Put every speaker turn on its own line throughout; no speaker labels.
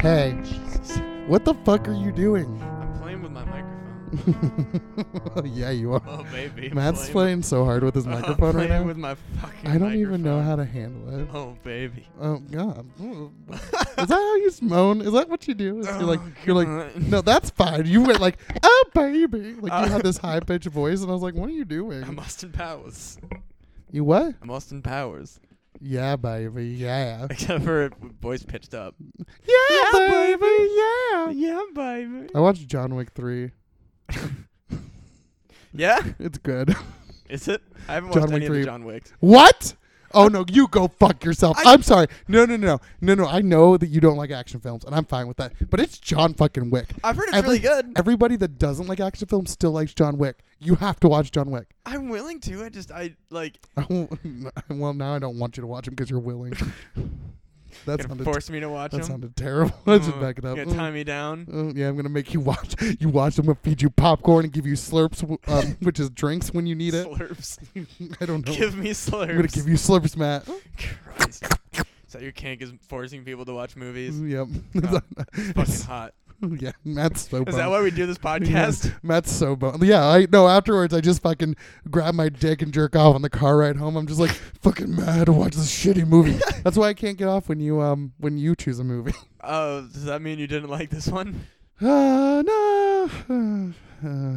Hey, what the fuck are you doing?
I'm playing with my microphone.
yeah, you are.
Oh baby. I'm
Matt's
playing,
playing so hard with his
I'm
microphone right
playing
now.
with my fucking.
I don't even know
microphone.
how to handle it.
Oh baby.
Oh God, Ooh. is that how you moan? Is that what you do? Is you're like
Oh,
you're like
God.
no, that's fine. You went like oh baby, like
Uh,
you had this high pitched voice, and I was like, what are you
I'm
doing?
Austin Powers.
You what?
I'm Austin Powers.
Yeah, baby, yeah,
Except for it- voice pitched up.
yeah, baby, Oh, yeah.
Yeah, baby.
I watched John Wick three.
Yeah?
It's good.
Is it? I haven't
John
watched
Wick
any of
three.
the John Wicks.
What? Oh no, you go fuck yourself.
I-
I, am sorry. No, no, no, no, no. I know that you don't like action films, and I'm fine with that. But it's John fucking Wick.
I've heard it's
Every-
really good.
Everybody that doesn't like action films still likes John Wick. You have to watch John Wick.
I'm willing to. I just I like
I won't- well, now I don't want you to watch him because you're willing. That
gonna
sounded,
force me to watch
that
them.
sounded terrible. Let's just
Uh,
back it up.
Gonna
Mm,
tie me down.
mm, yeah, I'm gonna make you watch. You watch. I'm gonna feed you popcorn and give you slurps, w- um, which is drinks when you need it.
Slurps.
I don't know.
Give me slurps.
I'm gonna give you slurps, Matt.
Christ. So your kink is forcing people to watch movies.
Mm, Yep.
Fucking hot.
yeah, Matt's so.
Is that
bummed.
why we do this podcast?
Matt's so boned. Yeah, I no. Afterwards, I just fucking grab my dick and jerk off on the car ride home. I'm just like fucking mad to watch this shitty movie. That's why I can't get off when you um when you choose a movie.
Oh, does that mean you didn't like this one? Ah,
Uh, no.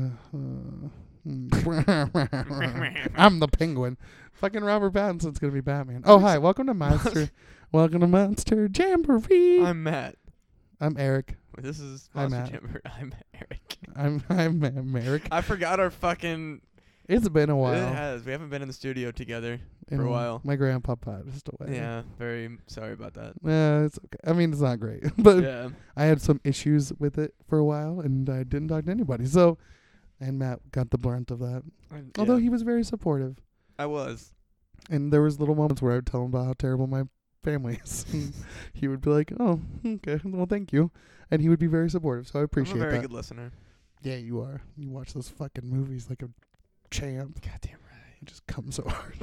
Uh, uh, I'm the penguin. Fucking Robert Pattinson's gonna be Batman. Oh hi, welcome to Monster. welcome to Monster Jamboree. I'm,
I'm Matt.
Eric.
This is
Hi,
Monster
Matt.
Jamboree. I'm Eric.
I'm I'm, I'm Eric.
I forgot our fucking.
It's been a
It
while.
has. We haven't been in the studio together. for a
And
while.
My grandpa passed away.
Yeah. Very m- sorry about that.
Yeah, Eh, it's okay. I mean, it's not great, but
yeah.
I had some issues with it for a while, and I didn't talk to anybody. So, and Matt got the brunt of that.
I,
Although
yeah.
he was very supportive,
I was.
and there was little moments where I would tell him about how terrible my family is. and he would be like, "Oh, okay, well, thank you," and he would be very supportive. So I appreciate
I'm a very
that.
good listener.
Yeah, you are. You watch those fucking movies like a champ.
Goddamn right.
It just comes so hard.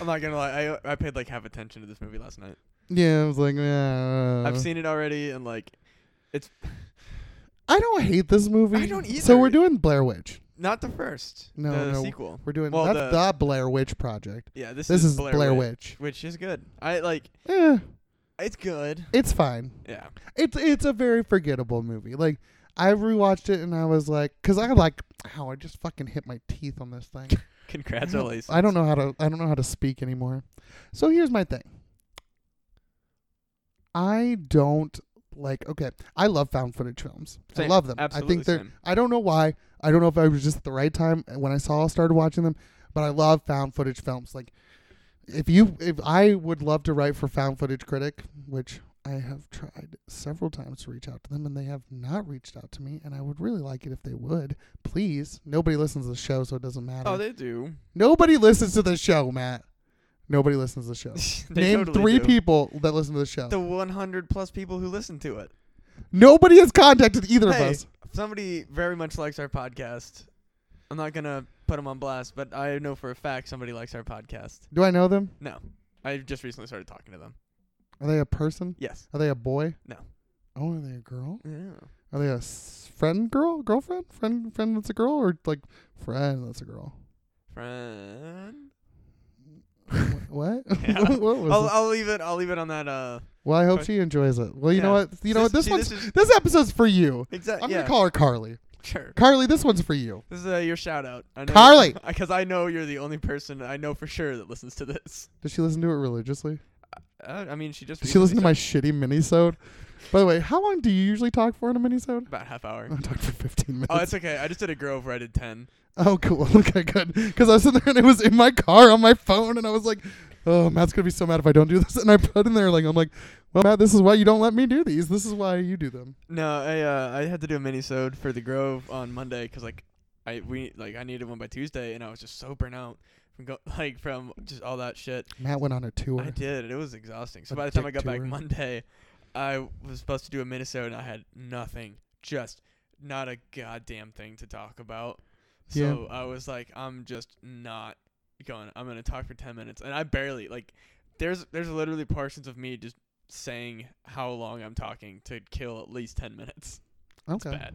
I'm not gonna lie. I I paid like half attention to this movie last night.
yeah, I was like, yeah.
I've seen it already, and like, it's
I don't hate this movie.
I don't
So
either.
we're doing Blair Witch.
not the first.
No,
the
no.
sequel.
We're doing
Well,
that's the,
the-
Blair Witch Project.
Yeah, this,
This
is,
is Blair, Witch.
which is good. I like.
Eh,
It's good.
it's fine.
Yeah.
It's it's a very forgettable movie. Like I rewatched it and I was like, because I like how I just fucking hit my teeth on this thing.
Congratulations.
I don't know how to I don't know how to speak anymore. So here's my thing. I don't like okay. I love found footage films. I
Same.
love them. I
Absolutely
think they're
same.
I don't know why. I don't know if I was just at the right time when I saw started watching them, but I love found footage films. Like if you if I would love to write for found footage critic, which I have tried several times to reach out to them and they have not reached out to me and I would really like it if they would. Please. Nobody listens to the show so it doesn't matter.
Oh, they do.
Nobody listens to the show, Matt. Nobody listens to the show.
They
Name
totally
three
do.
people that listen to the show.
The 100 plus people who listen to it.
Nobody has contacted either
Hey.
of us.
Somebody very much likes our podcast. I'm not gonna put them on blast, but I know for a fact somebody likes our podcast.
Do I know them?
No, I just recently started talking to them.
Are they a person?
Yes.
Are they a boy?
No.
Oh, are they a girl?
Yeah.
Are they a s- friend girl? Girlfriend? Friend friend that's a girl? Or like friend that's a girl?
Friend.
Wh- what?
Yeah.
what was
I'll,
Oh, this?
I'll leave it. I'll leave it on that. Uh.
well, I hope she enjoys it. Well, you know
yeah.
what? You know what? This
see,
one's
This is,
this episode's for you.
exactly.
I'm
yeah.
gonna call her Carly.
Sure.
Carly, this one's for you.
This is uh, your shout out. I know
Carly!
Because I know you're the only person I know for sure that listens to this.
Does she listen to it religiously?
Uh, I mean, she just.
Does she listen to my
recently
shitty minisode? By the way, how long do you usually talk for in a minisode?
started- About half hour.
I talked for 15 minutes.
Oh, it's okay. I just did a Grove where I did 10.
Oh, cool. Okay, good. Because I was sitting there and it was in my car on my phone, and I was like, "Oh, Matt's gonna be so mad if I don't do this." And I put in there like, "I'm like, well, Matt, this is why you don't let me do these. This is why you do them."
No, I uh, I had to do a mini-sode for the Grove on Monday 'cause like I we like I needed one by Tuesday and I was just so burnt out from go- like from just all that shit.
Matt went on a tour.
I did. and It was exhausting. So
A
by the time I
dick
got back
tour.
Monday, I was supposed to do a mini-sode and I had nothing. Just not a goddamn thing to talk about.
Yeah.
So I was like, I'm just not going. I'm gonna talk for ten minutes, and I barely like. There's there's literally portions of me just saying how long I'm talking to kill at least ten minutes. It's
Okay.
bad.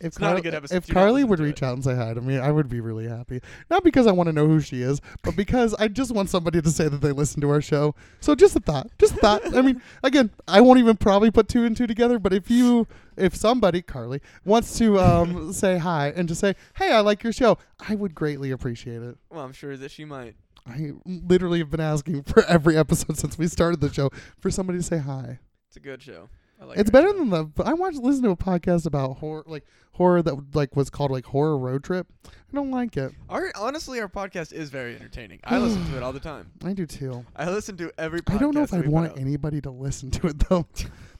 If
It's not a good episode.
If
Do not
Carly
listen
would
to it.
reach out and say hi to me, I would be really happy. Not because I want to know who she is, but because I just want somebody to say that they listen to our show. So just a thought. Just a thought. I mean, again, I won't even probably put two and two together, but if you if somebody, Carly, wants to um say hi and to say, Hey, I like your show, I would greatly appreciate it.
Well, I'm sure that she might.
I literally have been asking for every episode since we started the show for somebody to say hi.
It's a good show. I like
It's
her
better
show.
than the. I watched listened to a podcast about horror, like horror that like was called like horror road trip. I don't like it.
our honestly our podcast is very entertaining. I listen to it all the time.
I do too.
I listen to every. podcast
I don't know if
that
I
we put
want
out.
anybody to listen to it though.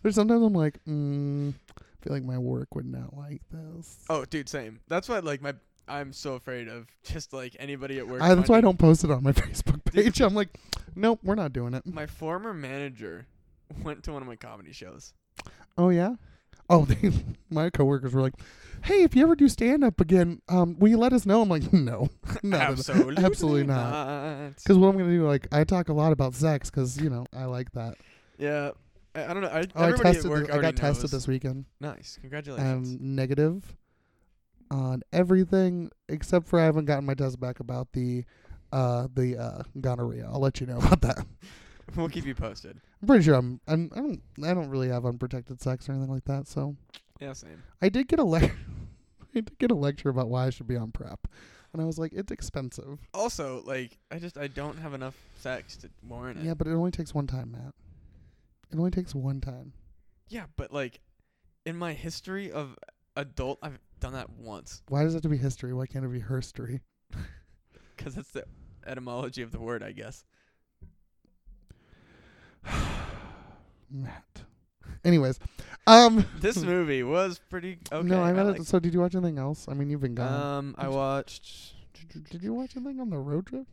There's sometimes I'm like, mm, I feel like my work would not like this.
Oh, dude, same. That's why like my I'm so afraid of just like anybody at work.
I, that's why I
finding-
don't post it on my Facebook page. I'm like, nope, we're not doing it.
My former manager went to one of my comedy shows.
Oh yeah. Oh, they, my coworkers were like, "Hey, if you ever do stand up again, um, will you let us know?" I'm like, "No, no,
absolutely,
absolutely not." Because what I'm gonna do, like, I talk a lot about sex because you know I like that.
Yeah, I, I don't know. I,
Oh, I
everybody
tested.
at
th-
work
I got
already
tested
knows.
this weekend.
Nice, congratulations.
I'm negative on everything except for I haven't gotten my test back about the uh the uh gonorrhea. I'll let you know about that.
we'll keep you posted.
I'm pretty sure I'm, I'm I don't I don't really have unprotected sex or anything like that. So
Yeah, same.
I did get a lecture. I did get a lecture about why I should be on prep, and I was like, it's expensive.
Also, like, I just I don't have enough sex to warrant it.
Yeah, but it only takes one time, Matt. It only takes one time.
Yeah, but like, in my history of adult, I've done that once
Why does it have to be history? Why can't it be herstory?
because that's the etymology of the word, I guess.
Matt. Anyways, um,
This movie was pretty okay.
no, I meant.
like
it so, did you watch anything else? I mean, you've been gone.
Um, I
Did you-
watched.
did you watch anything on the road trip?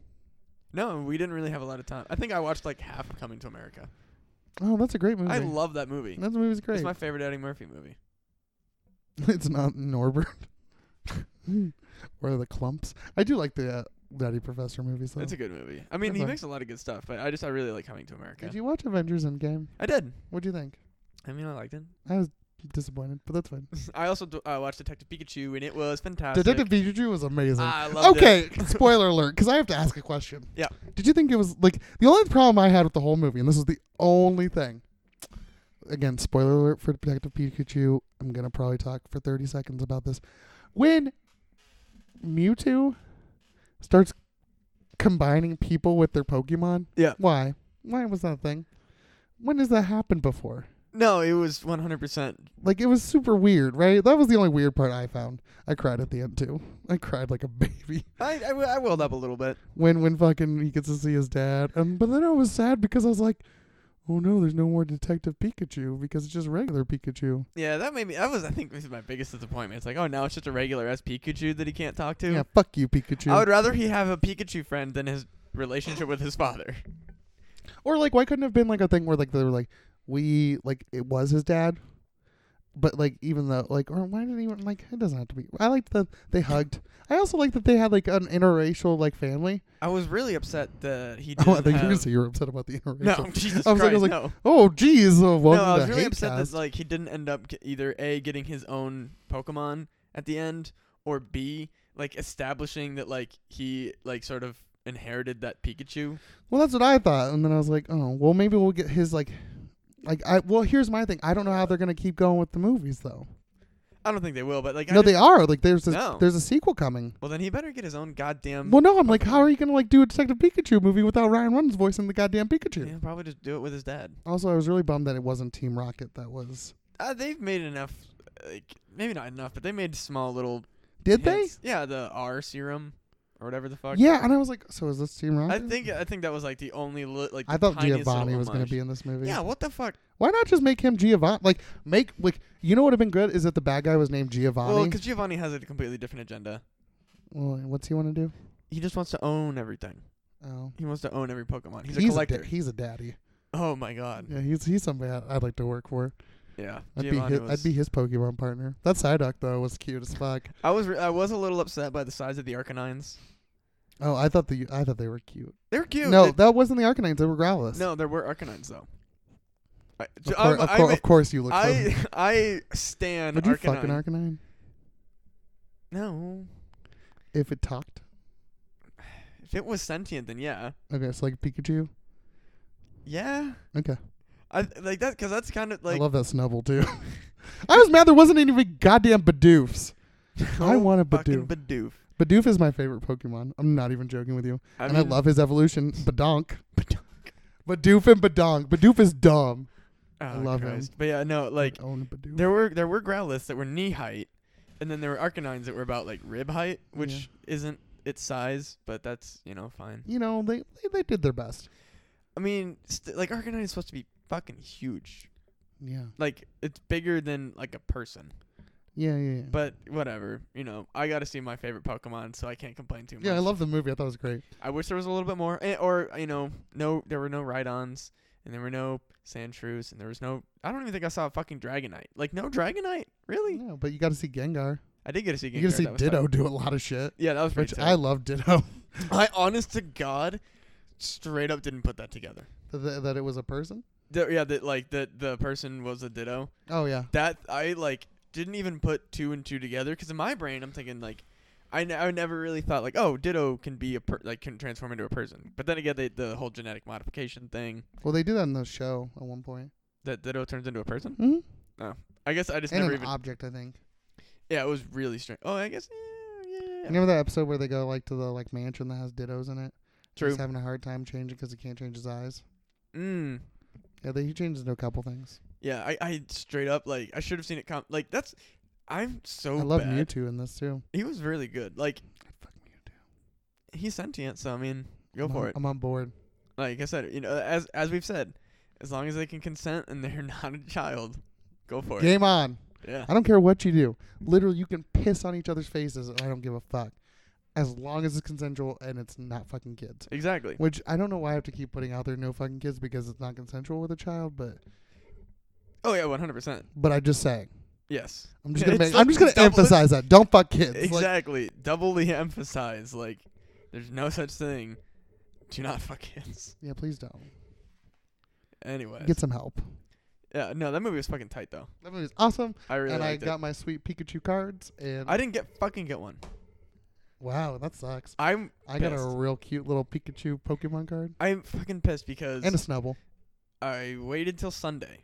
No, we didn't really have a lot of time. I think I watched like half of Coming to America.
Oh, that's a great movie.
I love that movie.
that movie's great.
It's my favorite Eddie Murphy movie.
it's not Norbert or the Clumps. I do like the uh, Daddy Professor movies. Though.
It's a good movie. I mean,
That's
he
fine.
makes a lot of good stuff, but I just I really like Coming to America.
Did you watch Avengers Endgame?
I did.
What'd you think?
I mean, I liked it.
I was disappointed, but that's fine.
I also d- uh, watched Detective Pikachu, and it was fantastic.
Detective Pikachu was amazing.
I loved it.
Okay, spoiler alert, because I have to ask a question.
Yeah.
Did you think it was like the only problem I had with the whole movie, and this was the only thing. Again, spoiler alert for Detective Pikachu. I'm gonna probably talk for 30 seconds about this. When Mewtwo starts combining people with their Pokemon,
Yeah.
Why? Why was that a thing? When has that happened before?
No, it was 100%.
Like it was super weird, right? That was the only weird part I found. I cried at the end too. I cried like a baby.
I, I, w- I willed up a little bit.
when when fucking he gets to see his dad. Um, but then I was sad because I was like, oh no, there's no more Detective Pikachu because it's just regular Pikachu.
Yeah, that made me. That was, I think, this is my biggest disappointment. It's like, oh, now it's just a regular ass Pikachu that he can't talk to.
Yeah, fuck you, Pikachu.
I would rather he have a Pikachu friend than his relationship with his father.
or like, why couldn't it have been like a thing where like they were like, we like it was his dad. But like even though like or why didn't even like it doesn't have to be I liked that they hugged. I also like that they had like an interracial like family.
I was really upset that he didn't
Oh, I think you were
have.
gonna say you were upset about the interracial.
Um, no, Jesus
I was
Christ,
like- I was like,
no.
Oh geez, oh,
No,
welcome
I was
to
really
Hate
upset
Cast.
that like he didn't end up ge- either a getting his own Pokemon at the end, or b like establishing that like he like sort of inherited that Pikachu.
Well, that's what I thought, and then I was like, oh, well, maybe we'll get his like, like I. Well, here's my thing. I don't know how they're gonna keep going with the movies though.
I don't think they will, but like I
no,
just-
they are. Like, there's this,
No. Um,
there's a sequel coming.
Well, then he better get his own goddamn.
Well, no, I'm like, how are you gonna like do a Detective Pikachu movie without Ryan Reynolds voicing the goddamn Pikachu?
Yeah, probably just do it with his dad.
Also, I was really bummed that it wasn't Team Rocket. That was.
Uh, they've made enough, like maybe not enough, but they made small little.
Did
hints. Yeah, the R serum or whatever the
they?
fuck.
Yeah, and I was like, so is this Team Rocket?
I think I think that was like the only li- like.
I
the
thought
tiniest little
Giovanni was gonna
homage.
be in this movie.
Yeah, what the fuck?
Why not just make him Giovanni? Like, make like you know what would have been good is that the bad guy was named Giovanni.
Well, because Giovanni has a completely different agenda.
Well, what's he want to do?
He just wants to own everything.
Oh,
He wants to own every Pokemon. He's, a
a da-
collector.
he's a daddy.
oh my god.
Yeah, he's he's somebody I'd, I'd like to work for.
Yeah.
I'd
Giovanni
be his,
was-
I'd be his Pokemon partner. That Psyduck though was cute as fuck.
I was re- I was a little upset by the size of the Arcanines.
Oh, I thought the I thought they were cute.
They're cute.
no,
They-
that wasn't the Arcanines. They were Growlithe.
no, there were Arcanines though. I,
Of,
j-
cour-
I'm-
of,
I'm
cour-
a-
of course, you look.
I I stand
would you fucking
Arcanine.
Arcanine
no.
if it talked?
If it was sentient, then yeah,
Okay, so like Pikachu.
yeah.
Okay,
I like that because that's kind of like
I love that Snubble too. I was mad there wasn't any goddamn Bidoofs. I
no
want a
fucking
Bidoof.
Bidoof.
Bidoof is my favorite Pokemon. I'm not even joking with you.
I
and
mean,
I love his evolution, Badonk.
Badonk.
Badoof and Badonk. Badoof is dumb.
Oh,
I love him.
Christ. But yeah, no, like
I own Badoof.
there were there were Growlithes that were knee height, and then there were Arcanines that were about like rib height, which isn't its size, but that's you know fine.
you know, they, they they did their best.
I mean, st- like Arcanine is supposed to be fucking huge.
Yeah.
Like it's bigger than like a person.
Mm. Yeah, yeah, yeah.
But whatever, you know, I got to see my favorite Pokemon, so I can't complain too much.
yeah, I love the movie. I thought it was great.
I wish there was a little bit more, eh, or you know, no, there were no Rhydons, and there were no Sandshrews, and there was no. I don't even think I saw a fucking Dragonite. Like no Dragonite, really?
Yeah, but you got to see Gengar.
I did get to see.
You got
Gengar,
to see
that was tight.
Ditto do a lot of shit,
Yeah, that was pretty.
which I
tight.
love Ditto.
I honest to God, straight up didn't put that together.
that, that it was a person.
The, yeah, that like that the person was a Ditto.
Oh yeah.
That I like didn't even put two and two together because in my brain I'm thinking like. I, n- I never really thought like oh Ditto can be a per- like can transform into a person, but then again they, the whole genetic modification thing
Well, they do that in the show at one point.
that Ditto turns into a person.
Mm-hmm.
I guess I just
And
never
an
even.
object, I think.
yeah, it was really strange. Oh, I guess. Yeah, yeah, yeah.
Remember that episode where they go like to the like mansion that has Dittos in it?
True.
He's having a hard time changing because he can't change his eyes.
Mm.
Yeah, they, he changes into a couple things.
Yeah, I, I straight up like I should have seen it come. Like that's, I'm so.
I love
Oh, bad.
Mewtwo in this too.
He was really good. Like
Fuck Mewtwo.
he's sentient, so I mean, go
I'm
for
on,
it.
I'm on board.
Like I said, you know, as as we've said, as long as they can consent and they're not a child, go for
Game on.
it. Yeah.
I don't care what you do. Literally, you can piss on each other's faces, and I don't give a fuck. As long as it's consensual and it's not fucking kids.
Exactly.
Which I don't know why I have to keep putting out there no fucking kids because it's not consensual with a child, but
Oh yeah, one hundred percent.
but I just saying.
Yes.
I'm just
Yeah,
gonna
it's
make,
like
I'm just gonna
double-
emphasize that. Don't fuck kids. Like,
exactly. Doubly emphasize like there's no such thing. Do not fuck kids.
yeah, please don't.
Anyway.
Get some help.
Yeah, no, that movie was fucking tight though.
That movie's awesome.
I really
and I
liked
got
it.
my sweet Pikachu cards and
I didn't get fucking get one.
wow, that sucks.
I'm
I got a
pissed.
real cute little Pikachu Pokemon card.
I'm fucking pissed because
And a snubble.
I waited till Sunday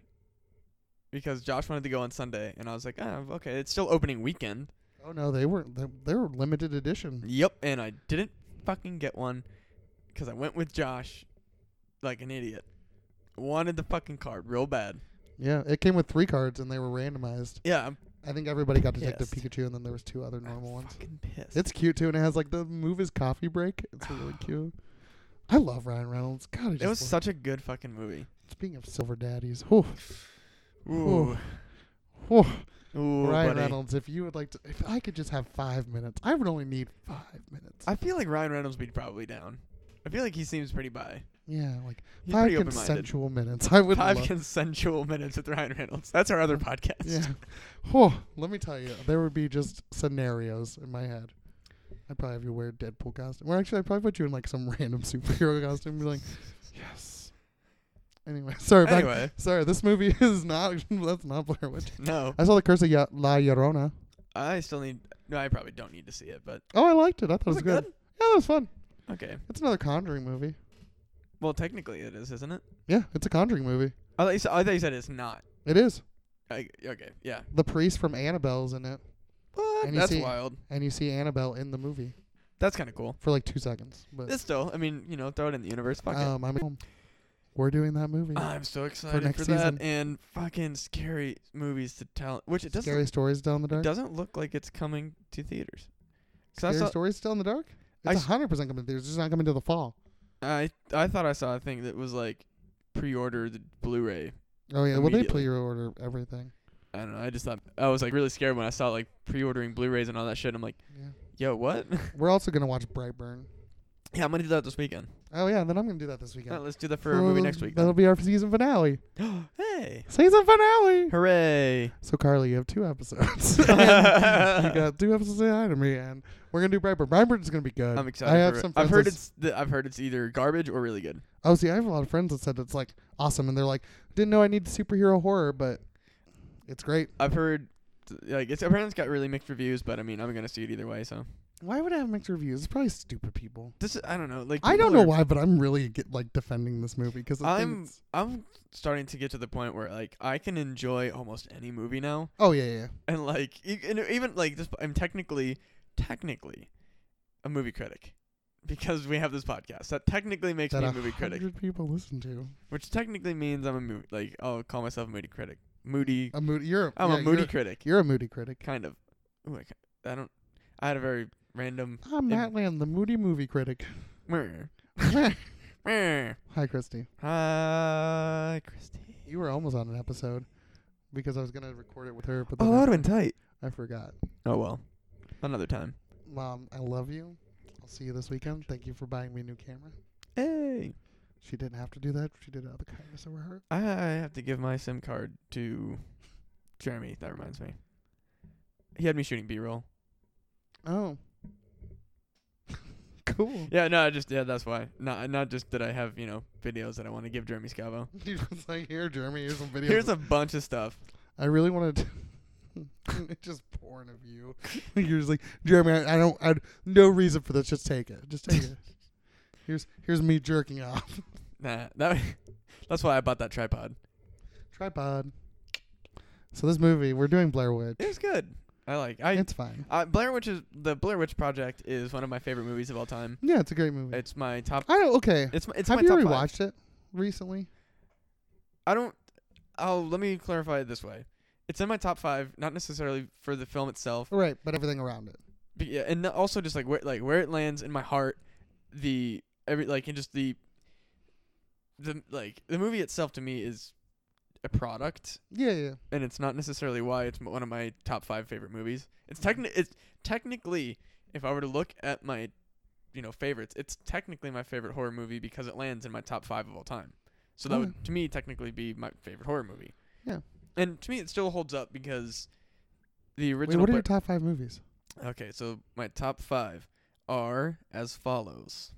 because Josh wanted to go on Sunday, and I was like, ah, okay, it's still opening weekend.
Oh no, they weren't they, they were limited edition.
Yep, and I didn't fucking get one because I went with Josh like an idiot. Wanted the fucking card real bad.
Yeah. It came with three cards and they were randomized.
Yeah, I'm
I think everybody got Detective
Pissed.
Pikachu and then there was two other
I'm
normal ones.
fucking pissed.
It's cute too, and it has like the move is coffee break. It's really cute. I love Ryan Reynolds. God, I just
it was
love-
such a good fucking movie.
speaking of silver daddies. Whew,
Ooh,
whew.
ooh,
Ryan
buddy.
Reynolds, if you would like to, if I could just have five minutes, I would only need five minutes.
I feel like Ryan Reynolds would be probably down. I feel like he seems pretty bi.
yeah, like
He's
five
pretty open-minded.
consensual minutes. I would
Five
love.
consensual minutes with Ryan Reynolds. That's our other podcast.
yeah. Whew, let me tell you, there would be just scenarios in my head. I'd probably have you wear a Deadpool costume, or actually, I'd probably put you in like some random superhero costume, and be like, yes. Anyway, sorry. Back,
Anyway,
Sorry, this movie is not. That's not Blair Witch.
no,
I saw the Curse of Ya- La Llorona.
I still need. No, I probably don't need to see it, but
Oh, I liked it. I thought
was
it was
it
good. Yeah, it was fun.
good? Okay.
It's another Conjuring movie.
Well, technically it is, isn't it? Oh,
Yeah, it's a Conjuring movie.
I thought you said, I thought you said it's not.
It is.
I, okay, yeah.
The priest from Annabelle's in it,
What?
And you
That's
see-
wild.
and you see Annabelle in the movie
That's kind of cool.
for like two seconds. But
It's still, I mean, you know, throw it in the universe. Fuck
um, I'm We're doing that movie.
it. I'm so excited for,
next
that
season.
and fucking scary movies to tell, which it doesn't
Scary stories down the dark.
doesn't look like it's coming to theaters. 'Cause I
Scary
saw-
stories still in the dark.
I
It's
s-
hundred percent coming. to theaters. It's just not coming till the fall.
I I thought I saw a thing that was like pre-order the Blu-ray.
Oh yeah. Well, they
Immediately.
pre-order everything.
I don't know. I just thought I was like really scared when I saw like pre-ordering Blu-rays and all that shit. I'm like,
Yeah.
yo, what?
We're also gonna watch Brightburn.
Yeah, I'm gonna do that this weekend.
Oh yeah, then I'm gonna do that this
Alright,
weekend.
let's do that for a movie
So
next week.
That'll
Then.
be our season finale.
hey,
Season finale.
hooray!
So Carly, you have two episodes. you got two episodes ahead of me, and we're gonna do Brightburn. Brightburn's gonna be good.
I'm excited.
I have
for it.
some. friends
I've heard
that's-
it's th- I've heard it's either garbage or really good.
Oh, see, I have a lot of friends that said it's like awesome, and they're like, didn't know I need superhero horror, but it's great.
I've heard th- like it's apparently it's got really mixed reviews, but I mean I'm gonna see it either way. So
Why would I have mixed reviews? It's probably stupid people.
this is, I don't know. Like
I don't
people
know
are-
why, but I'm really get, like defending this movie because
I'm- I'm starting to get to the point where like I can enjoy almost any movie now,
Oh yeah, yeah. yeah.
and like e- and even like this I'm technically technically a movie critic because we have this podcast that technically makes
That
me
a
a movie critic,
hundred people listen to
which technically means I'm a movie like I'll call myself a moody critic. Moody.
a moody. You're
I'm
Uh, yeah,
a moody
You're,
critic.
you're a moody critic.
kind of. Ooh, I, ca- I don't. I had a very random.
I'm
Yeah.
Matt Lamb, the moody movie critic.
Meh.
Hi,
Meh.
Christy.
Hi, Christy.
You were almost on an episode because I was gonna record it with her, but then
Oh,
I-
that would have been tight.
I forgot.
Oh well, another time.
Mom, I love you. I'll see you this weekend. Thank you for buying me a new camera.
Hey,
She didn't have to do that. She did it out of the kindness of her heart.
I have to give my SIM card to Jeremy. That reminds me. He had me shooting B-roll.
Oh. cool.
Yeah, no, I just yeah, that's why. Not not just that I have you know videos that I want to give Jeremy Scavo.
He was like, here, Jeremy, here's some videos.
Here's a bunch of stuff.
I really wanted to. it's just porn of you. You're just like, Jeremy, I, I don't, I no reason for this. Just take it. Just take it. Here's here's me jerking off.
Nah, that that's why I bought that tripod.
Tripod. So this movie, we're doing Blair Witch.
It was good. I like. I
It's fine.
Uh, Blair Witch is the Blair Witch Project is one of my favorite movies of all time.
Yeah, it's a great movie.
It's my top.
I don't, okay.
It's my, it's
Have
my
you
top
already
five.
watched it recently?
I don't. Oh, let me clarify it this way. It's in my top five, not necessarily for the film itself,
Right, but everything around it.
but yeah, and also just like where like where it lands in my heart, the every like and just the the like the movie itself to me is a product,
Yeah, yeah.
and it's not necessarily why it's m- one of my top five favorite movies. It's
Mm-hmm.
techni- it's technically if I were to look at my you know favorites, it's technically my favorite horror movie because it lands in my top five of all time. So that
Okay.
would to me technically be my favorite horror movie.
Oh. Yeah.
and to me it still holds up because the
Wait,
original.
what are
Bla-
your top five movies?
okay, so my top five are as follows.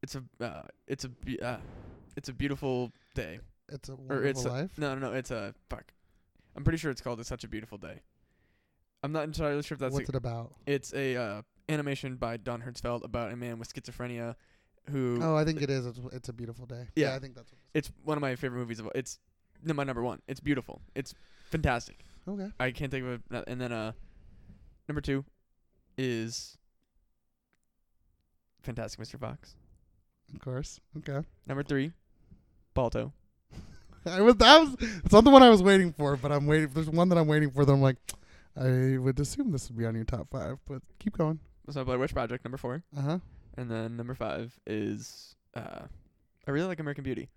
It's a uh, it's a be- uh, it's a beautiful day.
It's a Wonderful
or it's a-
Life.
no, no, no. It's a fuck. I'm pretty sure it's called "It's Such a Beautiful Day." I'm not entirely sure if that's
What's
a,
it about?
it's a uh, animation by Don Hertzfeld about a man with schizophrenia, who
Oh, I think it is. It's, it's a beautiful day. Yeah,
Yeah.
I think that's what
it's one of my favorite movies of all. It's no, my number one. It's beautiful. It's fantastic.
it's. Okay.
I can't think of it. And then uh, number two is Fantastic Mr. Fox.
Of course. Okay.
Number three, Balto.
I was that was it's not the one I was waiting for, but I'm waiting. There's one that I'm waiting for that I'm like, I would assume this would be on your top five, but keep going.
That's my Blair Witch Project. Number four,
Uh huh.
and then number five is uh, I really like American Beauty.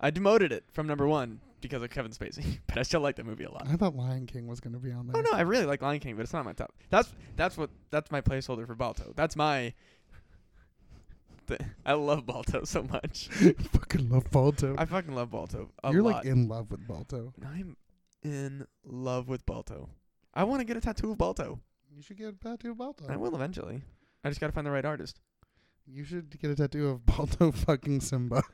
I demoted it from number one because of Kevin Spacey, but I still like the movie a lot.
I thought Lion King was gonna be on there.
Oh no, I really like Lion King, but it's not my top. That's that's what that's my placeholder for Balto. That's my. Th- I love Balto so much.
fucking love Balto.
I fucking love Balto a
You're
lot.
like in love with Balto.
I'm in love with Balto. I want to get a tattoo of Balto.
You should get a tattoo of Balto.
I will eventually. I just gotta find the right artist.
You should get a tattoo of Balto fucking Simba.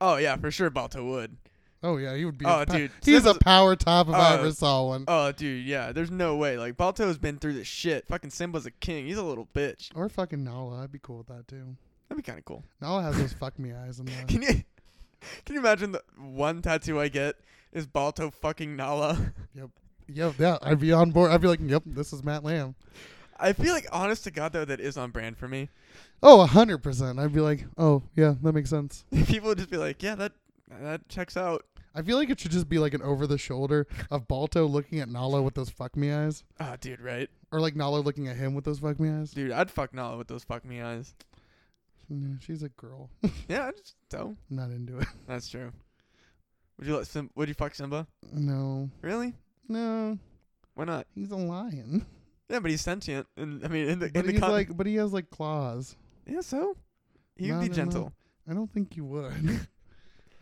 Oh yeah, for sure Balto would.
Oh yeah, he would be. a
Oh
pa-
dude,
he's a
Simba's-
power top if I
Oh.
ever saw one.
Oh, dude, yeah. There's no way. Like Balto's been through this shit. Fucking Simba's a king. He's a little bitch.
Or fucking Nala, I'd be cool with that too.
That'd be kind of cool.
Nala has those fuck me eyes in there.
Can you can you imagine the one tattoo I get is Balto fucking Nala?
Yo, yeah, I'd be on board. I'd be like, yep, this is Matt Lamb.
I feel like honest to God though that is on brand for me.
Oh, hundred percent. I'd be like, oh yeah, that makes sense.
People would just be like, yeah, that that checks out.
I feel like it should just be like an over the shoulder of Balto looking at Nala with those fuck me eyes,
Ah, dude, right?
or like Nala looking at him with those fuck me eyes.
Dude, I'd fuck Nala with those fuck me eyes.
Mm, she's a girl.
Yeah, I just so
Not into it.
that's true. Would you let Sim? Would you fuck Simba?
No,
Really?
no,
Why not?
he's a lion.
Yeah, but he's sentient, and I mean, in the
But
in the
he's
con-
like, but he has like claws.
yeah, so he'd
No,
be
no, no.
gentle.
I don't think you would.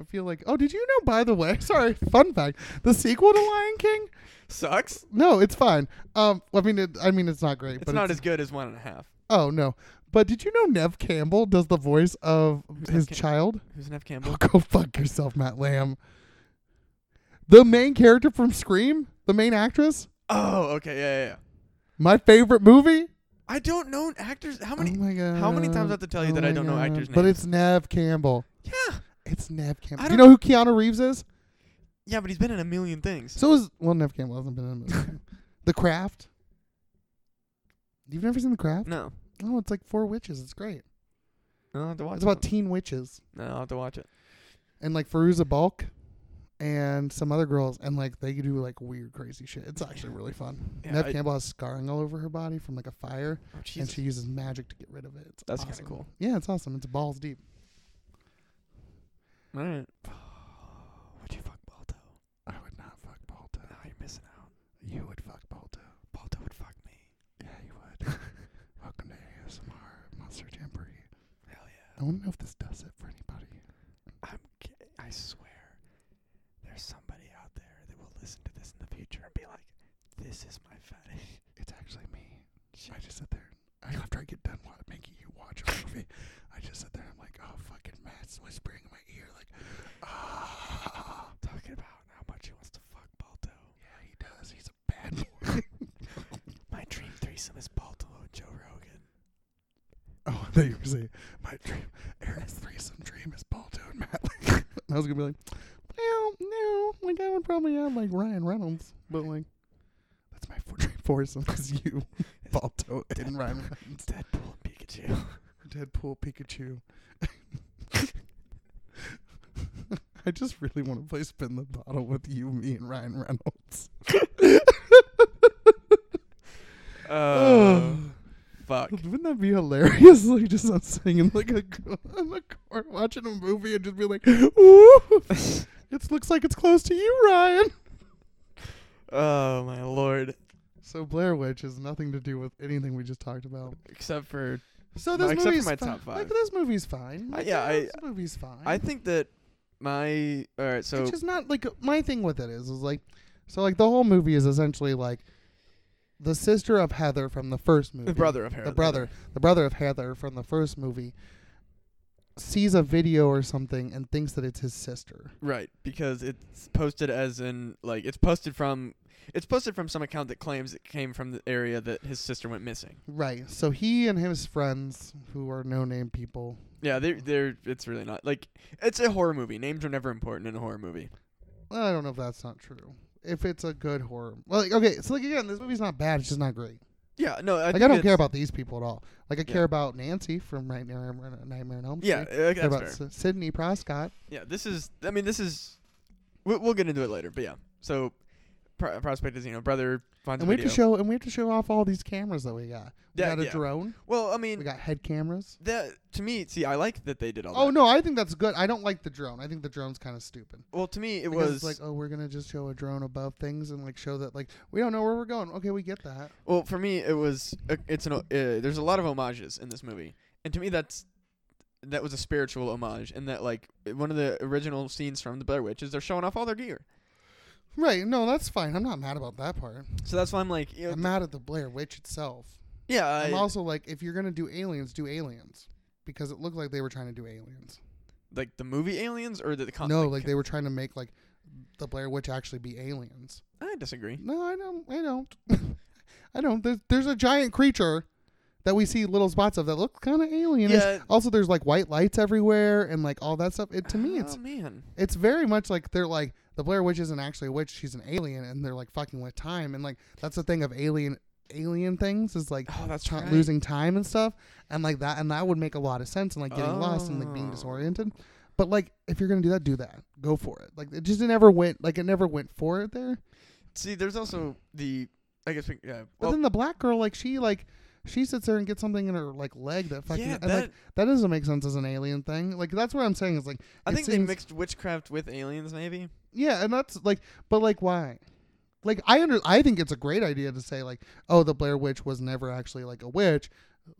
I feel like. Oh, did you know? By the way, sorry. Fun fact: the sequel to Lion King.
Sucks.
No, it's fine. Um, I mean, it, I mean, it's not great,
It's
but
not as good as one and a half.
oh no. But did you know Nev Campbell does the voice of
Who's Nev
his
Cam-
child?
Who's Nev
Oh,
Campbell?
go fuck yourself, Matt Lamb. The main character from Scream, the main actress,
Oh, okay, yeah, yeah. yeah.
my favorite movie.
I don't know actors. How
oh
many?
my god!
how many times do I have to tell you
Oh
that I
my
don't know actors'
But
names?
it's Nev Campbell.
yeah,
It's Nev Campbell.
I
Do you
don't-
know who Keanu Reeves is?
yeah, but he's been in a million things.
So is well, Nev Campbell hasn't been in a movie. the Craft. You've never seen The Craft?
no,
Oh, it's like four witches. It's great.
no, I'll have to watch.
It's about
it.
teen witches.
no, I'll have to watch it.
and like Feruza Balk and some other girls, and like they do like weird, crazy shit. It's actually really fun.
Yeah,
Nev
I-
Campbell has scarring all over her body from like a fire,
Oh,
and
Jesus.
she uses magic to get rid of it. It's
That's
awesome.
kinda cool.
Yeah, it's awesome. It's balls deep.
All right. Would you fuck Balto?
I would not fuck Balto.
No, you're missing out.
You would fuck Balto.
Balto would fuck me.
Yeah, you would. Welcome to ASMR Monster Jamboree.
Hell yeah.
I want to know if this does it for anybody.
I'm. ki- I swear, there's somebody out there that will listen to this in the future and be like, "This is my fetish."
It's actually me. I just sit there. I, after I get done wa- making you watch a movie, I just sit there. and I'm like, oh fucking Matt's whispering in my ear, like, ah,
Talking about how much he wants to fuck Balto.
yeah, he does. He's a bad boy.
My dream threesome is Balto and Joe Rogan.
oh, I thought you were saying my dream, Eric's threesome dream is Balto and Matt. and I was gonna be like, well, no, like I would probably have like Ryan Reynolds, but like. That's my four- dream foursome is you, Balto, and Ryan Reynolds.
Deadpool and Pikachu.
Deadpool Pikachu. I just really want to play spin the bottle with you, me, and Ryan Reynolds.
Oh, fuck.
Wouldn't that be hilarious? Like just us sitting in like a in the car watching a movie and just be like, "Ooh, it looks like it's close to you, Ryan."
Oh my lord.
So Blair Witch has nothing to do with anything we just talked about.
Except for,
So
No,
this
except for
movie's
my
fi-
top five.
Like, this movie's fine.
Uh, yeah, I-
this movie's fine.
I think that my all right. So
it's just not like my thing with it is is like so like the whole movie is essentially like the sister of Heather from the first movie.
the brother of Harold.
The brother. The brother of Heather from the first movie sees a video or something and thinks that it's his sister.
Right, because it's posted as in like it's posted from it's posted from some account that claims it came from the area that his sister went missing.
Right. So he and his friends who are no name people.
Yeah, they they're it's really not like it's a horror movie. Names are never important in a horror movie.
Well, I don't know if that's not true. If it's a good horror. Well, like, okay, so like again, this movie's not bad, it's just not great.
Yeah, no, I,
Like
think
I don't
it's-
care about these people at all. Like I care
Yeah.
about Nancy from Right Nightmare Nightmare on Elm Street.
Yeah, uh, that's
care about
fair.
S- Sydney Prescott.
Yeah, this is. I mean, this is. We, we'll get into it later, but yeah. So, pro- prospect is you know brother finds a
and we
video.
have to show and we have to show off all these cameras that we got. We
Yeah,
got a
yeah.
drone.
well, I
We
mean,
got head cameras.
that to me, see, I like that they did all.
Oh
that.
no, I think that's good. I don't like the drone. I think the drone's kind of stupid.
Well, to me, it
Because
was
it's like, oh, we're gonna just show a drone above things and like show that like we don't know where we're going. Okay, we get that.
Well, for me, it was uh, it's an o- uh, there's a lot of homages in this movie, and to me, that's that was a spiritual homage, and that like one of the original scenes from the Blair Witch is they're showing off all their gear.
Right? No, that's fine. I'm not mad about that part.
So that's why I'm like, you know,
I'm mad at the Blair Witch itself.
yeah, I,
I'm also like, if you're gonna do aliens, do aliens because it looked like they were trying to do aliens.
like the movie Aliens or the, the con-
No, like they were trying to make like the Blair Witch actually be aliens.
I disagree.
No, I don't. I don't. I don't. There's, there's a giant creature that we see little spots of that look kind of alienish.
Yeah.
Also, there's like white lights everywhere and like all that stuff. It to me, it's
oh man,
it's very much like they're like the Blair Witch isn't actually a witch. She's an alien, and they're like fucking with time. And like that's the thing of alien alien things is like
oh that's
ti-
right.
losing time and stuff, and like that, and that would make a lot of sense, and like getting lost and like being
Oh.
disoriented. But like, if you're gonna do that, do that. Go for it. Like it just never went. Like it never went for it there.
See, there's also the I guess we yeah.
But
Well,
then the black girl, like she like she sits there and gets something in her like leg that fucking
yeah,
and, like,
that,
that doesn't make sense as an alien thing. Like that's what I'm saying is like
I
it
think they
seems-
mixed witchcraft with aliens, maybe.
yeah, and that's like but like why? Like I under I think it's a great idea to say like, oh, the Blair Witch was never actually like a witch.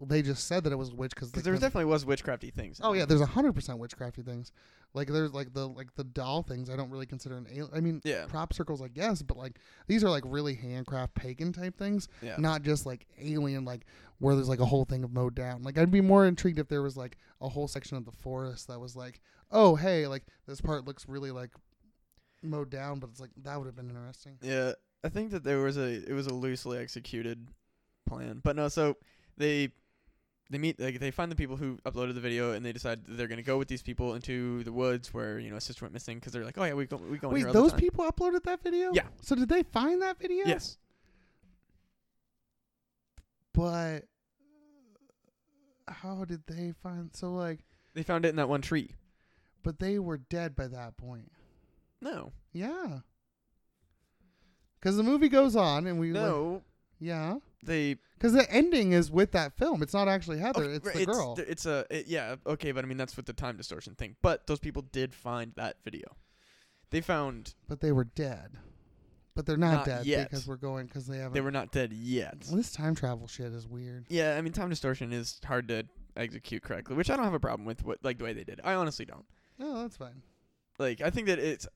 They just said that it was a witch because
because there was definitely was witchcrafty things. in
Oh
it.
yeah, there's a hundred percent witchcrafty things. Like there's like the like the doll things. I don't really consider an alien. I mean,
Yeah.
prop circles, I guess, but like these are like really handcraft pagan type things,
yeah.
not just like alien like where there's like a whole thing of mowed down. Like I'd be more intrigued if there was like a whole section of the forest that was like, oh hey, like this part looks really like mowed down, but it's like that would have been interesting.
Yeah, I think that there was a it was a loosely executed plan, but no. So they they meet like they find the people who uploaded the video, and they decide that they're gonna go with these people into the woods where you know a sister went missing because they're like, oh yeah, we go we go in
Wait,
here all the
those
time."
people uploaded that video?
Yeah.
So did they find that video?
Yes,
But how did they find so like
they found it in that one tree.
But they were dead by that point.
No,
Yeah. Because the movie goes on, and we like,
no,
yeah.
they.
Because the ending is with that film. It's not actually Heather.
okay,
it's
right,
the girl.
th- It's a it, yeah okay, but I mean that's with the time distortion thing. But those people did find that video. They found
but they were dead. But they're
Not
not, dead
yet.
because we're going because they haven't.
they were not dead yet.
Well, this time travel shit is weird.
Yeah, I mean, time distortion is hard to execute correctly, which I don't have a problem with. What like the way they did. it. I honestly don't.
No, that's fine.
Like, I think that it's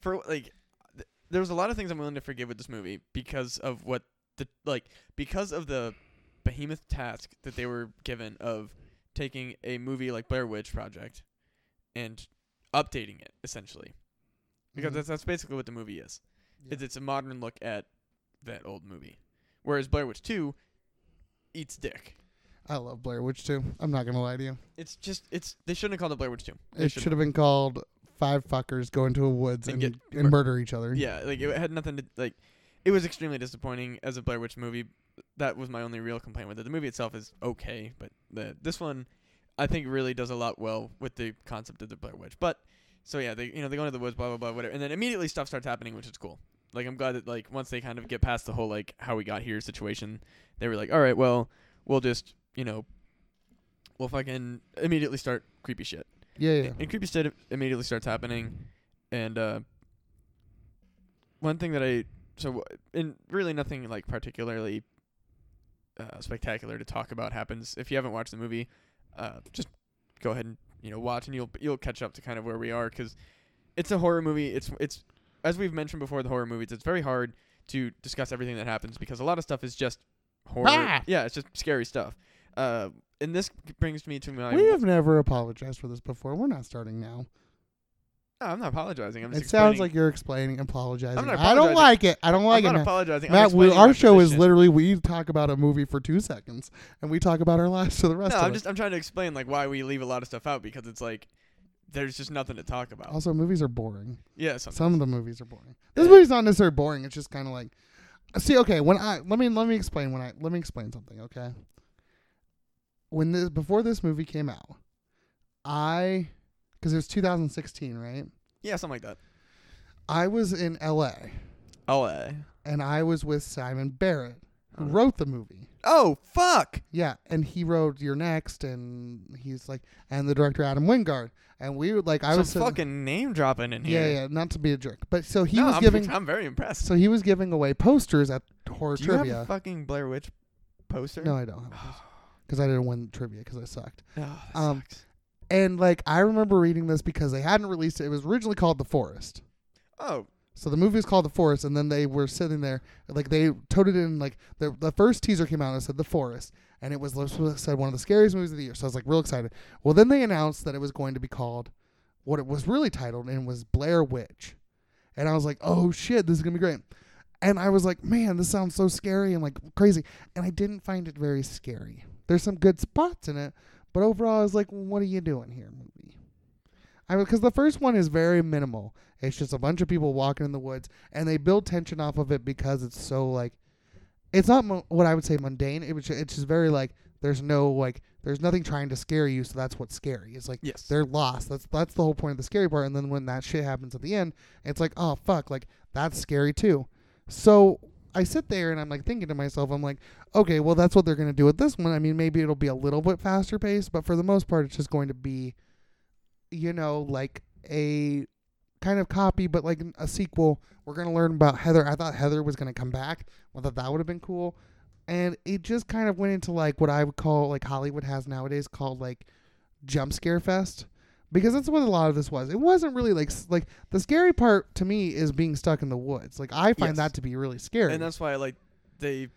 for like th- there's a lot of things I'm willing to forgive with this movie because of what the like because of the behemoth task that they were given of taking a movie like Blair Witch Project and updating it essentially because
Mhm.
that's that's basically what the movie is.
Yeah.
Is it's a modern look at that old movie, whereas Blair Witch Two eats dick.
I love Blair Witch too. I'm not gonna lie to you.
It's just it's they shouldn't have called it Blair Witch Two. They
It should have been called Five Fuckers Go Into a Woods and
And
and,
get-
murder each other.
Yeah, like it had nothing to like. It was extremely disappointing as a Blair Witch movie. That was my only real complaint with it. The movie itself is okay, but the this one, I think, really does a lot well with the concept of the Blair Witch. But so yeah, they you know they go into the woods, blah blah blah, whatever, and then immediately stuff starts happening, which is cool. Like I'm glad that like once they kind of get past the whole like how we got here situation, they were like, all right, well, we'll just you know, we'll fucking immediately start creepy shit.
yeah, yeah.
And creepy shit immediately starts happening, and uh, one thing that I so and really nothing like particularly uh, spectacular to talk about happens. If you haven't watched the movie, uh, just go ahead and you know watch, and you'll you'll catch up to kind of where we are because it's a horror movie. It's it's as we've mentioned before, the horror movies. It's very hard to discuss everything that happens because a lot of stuff is just horror.
Ah!
Yeah, it's just scary stuff. Uh, and this brings me to my.
We have never apologized for this before. We're not starting now.
No, Oh, I'm not apologizing. I'm just
It sounds
explaining-
like you're explaining and apologizing.
I'm not
I don't
apologizing.
like it. I don't like
I'm
it.
not
man.
apologizing. I'm
Matt, we,
explaining
our
my
show is
position.
literally we talk about a movie for two seconds and we talk about our lives for the rest
No,
of
I'm
it.
just I'm trying to explain like why we leave a lot of stuff out because it's like there's just nothing to talk about.
also, movies are boring.
Yeah, some,
Some of the movies are boring. This
Yeah.
movie's not necessarily boring. It's just kind of like, see, okay, when I let me let me explain when I let me explain something, okay. When this before this movie came out, I because it was 2016, right?
yeah, something like that.
I was in LA
Oh, uh,
and I was with Simon Barrett,
Uh-huh.
who wrote the movie.
oh fuck.
Yeah, and he wrote "You're Next," and he's like, and the director Adam Wingard, and we were like, I
Some
was sitting-
fucking name dropping in here.
yeah, yeah, not to be a jerk, but so he
No,
was
I'm,
giving,
I'm very impressed.
so he was giving away posters at horror
Do you have
trivia.
a fucking Blair Witch poster?
no, I don't, because I didn't win trivia because I sucked.
Oh, that
Um,
sucks.
And like, I remember reading this because they hadn't released it. It was originally called The Forest.
Oh,
So the movie was called The Forest, and then they were sitting there, like they toted in, like the the first teaser came out and it said The Forest, and it was it said one of the scariest movies of the year. So I was like real excited. Well, then they announced that it was going to be called what it was really titled, and was Blair Witch, and I was like, oh shit, this is gonna be great. And I was like, man, this sounds so scary and like crazy, and I didn't find it very scary. There's some good spots in it, but overall, I was like, what are you doing here, movie? I mean, because the first one is very minimal. It's just a bunch of people walking in the woods, and they build tension off of it because it's so like, it's not mo- what I would say mundane. It was ju- it's just very like there's no like there's nothing trying to scare you, so that's what's scary. It's like
yes.
they're lost. That's that's the whole point of the scary part. And then when that shit happens at the end, it's like oh fuck, like that's scary too. So I sit there and I'm like thinking to myself, I'm like, okay, well that's what they're gonna do with this one. I mean, maybe it'll be a little bit faster paced, but for the most part, it's just going to be, you know, like a kind of copy, but like a sequel. We're gonna learn about Heather. I thought Heather was gonna come back. I thought that would have been cool, and it just kind of went into like what I would call like Hollywood has nowadays called like jump scare fest, because that's what a lot of this was. It wasn't really like s- like the scary part to me is being stuck in the woods. Like I find
Yes.
that to be really scary.
and that's why like they.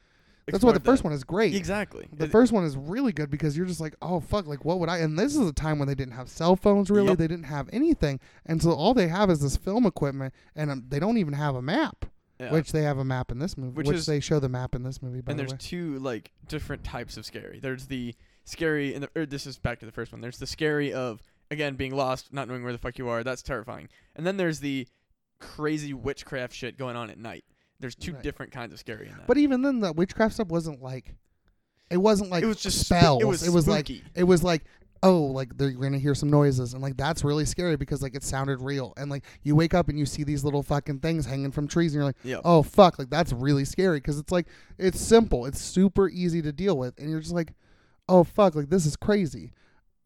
that's why the
explored
first
that.
one is great.
Exactly.
The
It-
first one is really good because you're just like, oh fuck, like what would I? And this is a time when they didn't have cell phones, really.
Yep.
They didn't have anything, and so all they have is this film equipment, and um, they don't even have a map,
yeah.
which they have a map in this movie, which,
Which is-
they show the map in this movie. By
and
the
there's
way,
two like different types of scary. There's the scary, and the, or this is back to the first one. There's the scary of again being lost, not knowing where the fuck you are. That's terrifying. And then there's the crazy witchcraft shit going on at night. There's two
Right.
different kinds of scary in that.
but even then, that witchcraft stuff wasn't like, it wasn't like
it was just spell.
spells.
It was
like
spooky.
it was like. Oh, like they're gonna hear some noises, and like that's really scary because like it sounded real, and like you wake up and you see these little fucking things hanging from trees, and you're like,
Yep.
oh fuck like that's really scary because it's like it's simple it's super easy to deal with and you're just like oh fuck like this is crazy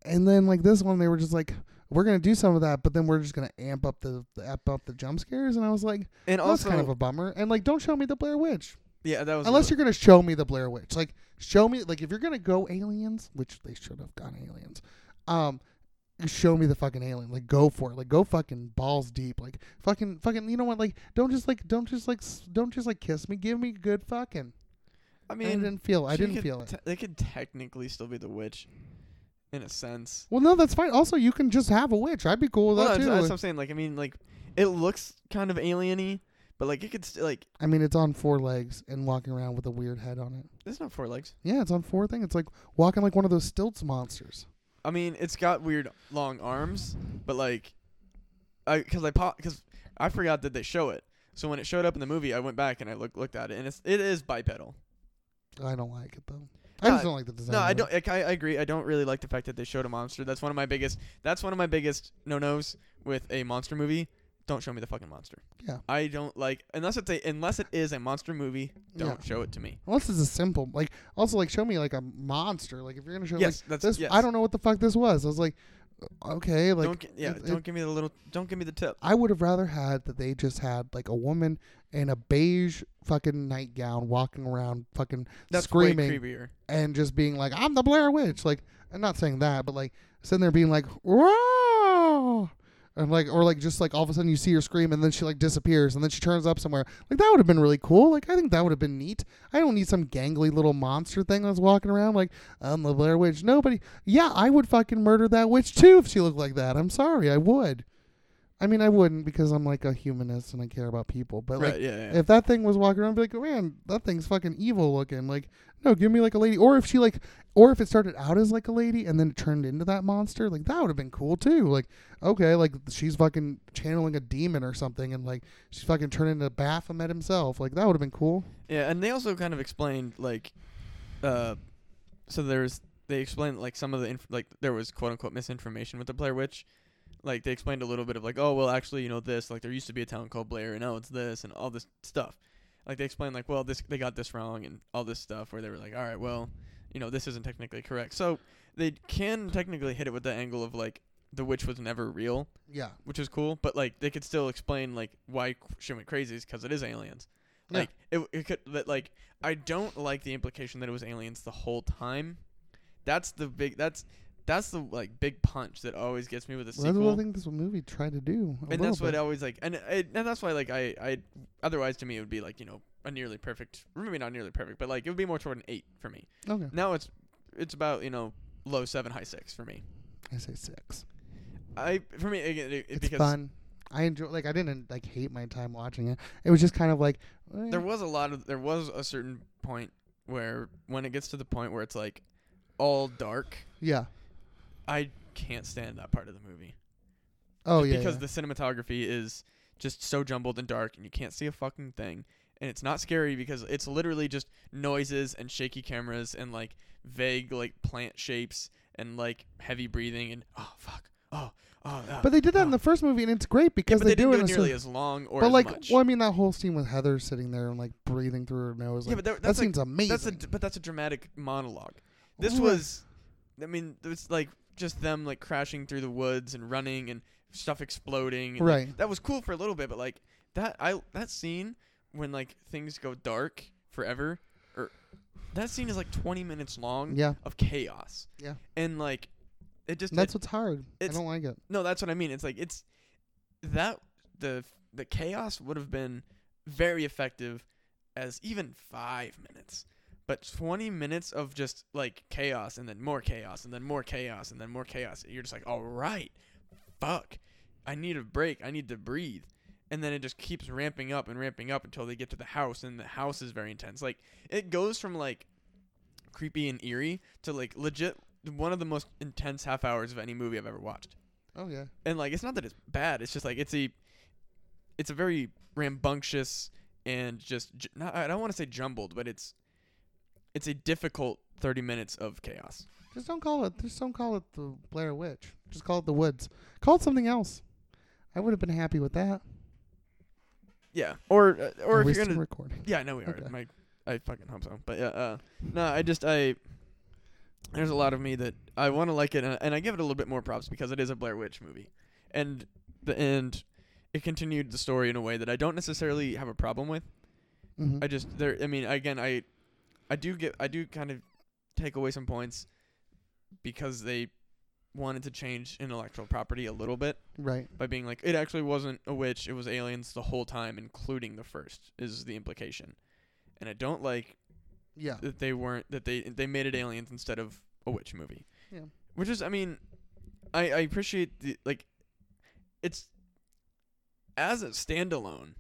and then like this one they were just like we're gonna do some of that but then we're just gonna amp up the, the amp up the jump scares and i was like
and
that's
also
kind of a bummer and like don't show me the blair witch
yeah, that was a
unless
little-
you're gonna show me the blair witch like show me like if you're gonna go aliens which they should have gone aliens um show me the fucking alien like go for it like go fucking balls deep like fucking fucking you know what like don't just like don't just like s- don't just like kiss me give me good fucking
I
i,
mean,
didn't feel i
she
didn't
could
feel it
te- they could technically still be the witch, in a sense.
well no that's fine also you can just have a witch i'd be cool with
Well,
that
that's,
too
that's what I'm saying. Like, I mean, like, it looks kind of alieny, but like, it could still like,
i mean it's on four legs and walking around with a weird head on it
it's not four legs.
yeah it's on four thing it's like walking like one of those stilts monsters
I mean, it's got weird long arms, but like, I because I because I forgot that they show it. So when it showed up in the movie, I went back and I looked looked at it, and it's it is bipedal.
i don't like it though i
No,
just don't like the design
No,
of
I
it.
don't. Like, I, I agree. I don't really like the fact that they showed a monster. That's one of my biggest. That's one of my biggest no nos with a monster movie. Don't show me the fucking monster.
Yeah.
I don't like unless it's a unless it is a monster movie.
Yeah.
Don't show it to me.
Unless it's a simple, like also like show me like a monster. Like if you're gonna show
yes,
like
that's
this,
yes.
I don't know what the fuck this was. I was like, okay, like
don't gi- yeah.
it- it-
don't give me the little. Don't give me the tip.
I would have rather had that they just had like a woman in a beige fucking nightgown walking around, fucking
That's way
screaming
creepier.
and just being like, I'm the Blair Witch. Like I'm not saying that, but like sitting there being like, wow. And like, or like, just like all of a sudden you see her scream, and then she like disappears, and then she turns up somewhere. Like that would have been really cool. Like I think that would have been neat. I don't need some gangly little monster thing that's walking around like I'm the Blair Witch. Nobody, yeah, I would fucking murder that witch too if she looked like that. I'm sorry, I would. I mean, I wouldn't because I'm like a humanist and I care about people. But like,
right? Yeah. yeah.
if that thing was walking around, I'd be like, man, that thing's fucking evil looking. Like, no, give me like a lady. Or if she like, or if it started out as like a lady and then it turned into that monster, like that would have been cool too. Like, okay, like she's fucking channeling a demon or something, and like she's fucking turning into Baphomet himself. Like that would have been cool.
Yeah, and they also kind of explained like, uh, so there's they explained like some of the inf- like there was quote unquote misinformation with the Blair Witch, like they explained a little bit of like oh well actually you know this like there used to be a town called Blair and oh it's this and all this stuff, like they explained like well this they got this wrong and all this stuff where they were like all right well you know this isn't technically correct so they can technically hit it with the angle of like the witch was never real
Yeah,
which is cool. But like they could still explain like why qu- shit went crazy is because it is aliens.
Yeah.
Like it, it could that like I don't like the implication that it was aliens the whole time. That's the big that's that's the like big punch that always gets me with a
well, that's what I
sequel.
think this movie tried to do. a
And
little
that's what
bit.
I always like, and I, and that's why like I I otherwise to me it would be like you know a nearly perfect maybe not nearly perfect but like it would be more toward an eight for me.
okay,
Now it's it's about you know low seven high six for me.
I say six.
I for me again it, it-
It's
because
fun. I enjoy. Like I didn't like hate my time watching it. It was just kind of like eh.
there was a lot of there was a certain point where when it gets to the point where it's like all dark
yeah.
i can't stand that part of the movie
Oh
Just
yeah.
because
yeah.
the cinematography is just so jumbled and dark and you can't see a fucking thing and it's not scary because it's literally just noises and shaky cameras and like vague like plant shapes and like heavy breathing and oh fuck oh oh ah,
but they did that in
ah.
the first movie, and it's great
yeah,
because
but they,
do
didn't
it
do
in
it
a
nearly as long or
but
as
like,
much.
well, I mean, that whole scene with Heather sitting there and like breathing through her nose,
yeah,
like,
but that,
that
that's like
seems amazing.
That's a d- but that's a dramatic monologue. This
Right.
was, I mean, it's like just them like crashing through the woods and running and stuff exploding. and, like,
Right.
that was cool for a little bit, but like that I that scene when like things go dark forever, or that scene is like 20 minutes long
Yeah.
of chaos.
Yeah.
and like it just
And that's
it-
what's hard. I
it's-
don't like it.
no, that's what I mean. It's like it's that the the chaos would have been very effective as even five minutes. But 20 minutes of just like chaos and then more chaos and then more chaos and then more chaos. You're just like, all right, fuck. I need a break. I need to breathe. And then it just keeps ramping up and ramping up until they get to the house. And the house is very intense. Like, it goes from like creepy and eerie to like legit one of the most intense half hours of any movie I've ever watched
Oh yeah.
and like it's not that it's bad it's just like it's a it's a very rambunctious and just j- not, i don't want to say jumbled but it's it's a difficult 30 minutes of chaos
Just don't call it. Just don't call it the Blair Witch. Just call it the Woods. Call it something else. I would have been happy with that.
yeah or uh, or
We're
if you're
wasting
gonna
recording.
yeah i know we are
Okay.
my i fucking hope so but yeah uh no i just i there's a lot of me that i want to like it and, and i give it a little bit more props because it is a blair witch movie and the and it continued the story in a way that i don't necessarily have a problem with
Mhm.
I just there. I mean, again, I, I do get, I do kind of take away some points because they wanted to change intellectual property a little bit
right.
by being like, it actually wasn't a witch; it was aliens the whole time, including the first, is the implication. And I don't like
Yeah.
that they weren't that they they made it aliens instead of a witch movie.
Yeah.
Which is, I mean, I I appreciate the like, it's as a standalone,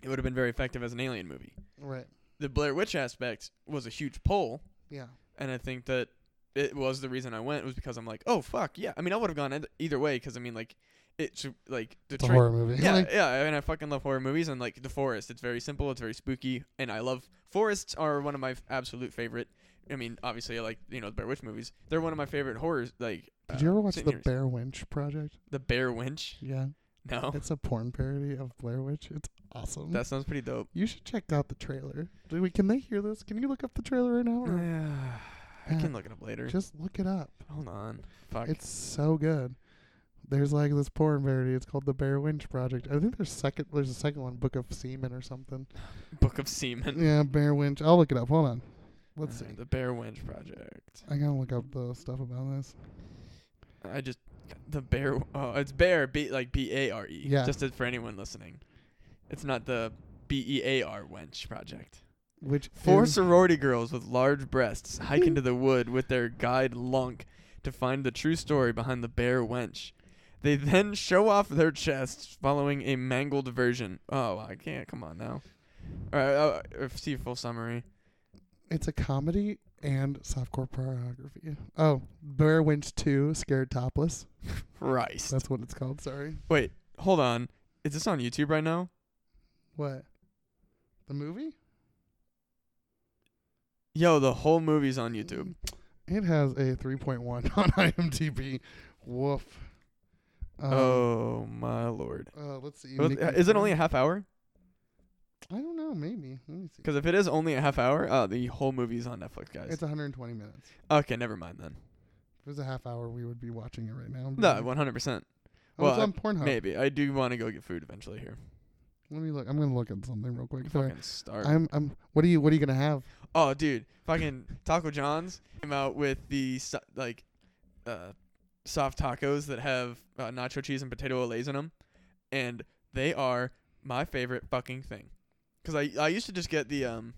it would have been very effective as an alien movie
Right.
the Blair Witch aspect was a huge pull,
Yeah.
and I think that it was the reason I went was because I'm like, oh fuck yeah. I mean, I would have gone eith- either way because I mean, like, it's like the
It's a
trick-
horror movie.
Yeah,
Like,
yeah. I mean, I fucking love horror movies and like the forest. It's very simple. It's very spooky, and I love forests are one of my f- absolute favorite. I mean, obviously, I like you know the Blair Witch movies. They're one of my favorite horrors. Like,
did you ever watch the
seniors.
Blair Witch Project?
the Bear Winch?
Yeah.
No,
It's a porn parody of Blair Witch. It's awesome.
that sounds pretty dope.
you should check out the trailer. Do we, can they hear this? Can you look up the trailer right now? or-
I can look it up later.
Just look it up.
Hold on. Fuck.
It's so good. There's like this porn parody. It's called the Bear Winch Project. I think there's second. There's a second one, Book of Semen or something.
Book of Semen.
yeah, Bear Winch. I'll look it up. Hold on. Let's see.
Uh, The Bear Winch Project.
I gotta look up the stuff about this.
I just the bear. Oh, it's bear. B like B A R E.
Yeah.
Just as for anyone listening, it's not the B E A R wench project.
Which
Four
is-
sorority girls with large breasts hike into the wood with their guide Lunk to find the true story behind the bear wench. They then show off their chests following a mangled version. Oh, I can't. Come on now. All right, uh, uh, see full summary.
It's a comedy and softcore pornography. Oh, Bear Winch Two: Scared Topless.
Christ.
That's what it's called. Sorry.
Wait, hold on. Is this on YouTube right now?
What? The movie?
Yo, the whole movie's on YouTube.
Mm, It has a 3.1 on IMDb. Woof. Um,
oh my lord!
Uh, let's see.
Was-
Nikki
uh, Is it only a
Cross-
half hour?
I don't know. Maybe. Let me see.
Because if it is only a half hour, uh, the whole movie's on Netflix, guys.
It's 120 minutes.
okay, never mind then.
If it was a half hour, we would be watching it right now.
No, one hundred percent.
Mm-hmm. Oh,
well,
it's
I-
on Pornhub.
Maybe I do want to go get food eventually here.
Let me look. I'm gonna look at something real quick. Sorry.
Fucking starve.
I'm. I'm. What are you? What are you gonna have?
oh, dude, fucking Taco John's came out with the so- like, uh, soft tacos that have uh, nacho cheese and potato olays in them, and they are my favorite fucking thing. Cause I I used to just get the um,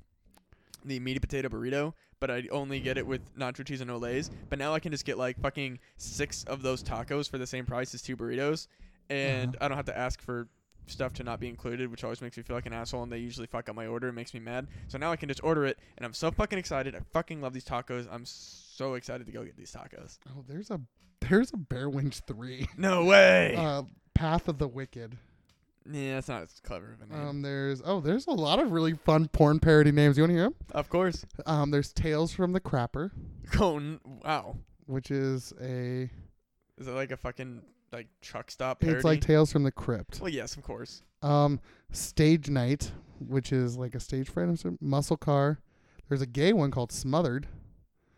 the meaty potato burrito, but I only get it with nacho cheese and olays. But now I can just get like fucking six of those tacos for the same price as two burritos, and
Uh-huh.
I don't have to ask for stuff to not be included, which always makes me feel like an asshole. And they usually fuck up my order and makes me mad. So now I can just order it, and I'm so fucking excited. I fucking love these tacos. I'm so excited to go get these tacos.
Oh, there's a. There's a Bear Winch three.
No way.
Uh, Path of the Wicked.
yeah, that's not as clever of a name.
Um, there's. Oh, there's a lot of really fun porn parody names. You want to hear 'em?
of course.
Um, there's Tales from the Crapper,
Oh, n- wow.
which is a.
Is it like a fucking like truck stop parody?
It's like Tales from the Crypt.
well, yes, of course.
Um, Stage Night, which is like a stage friend. Muscle Car. There's a gay one called Smothered.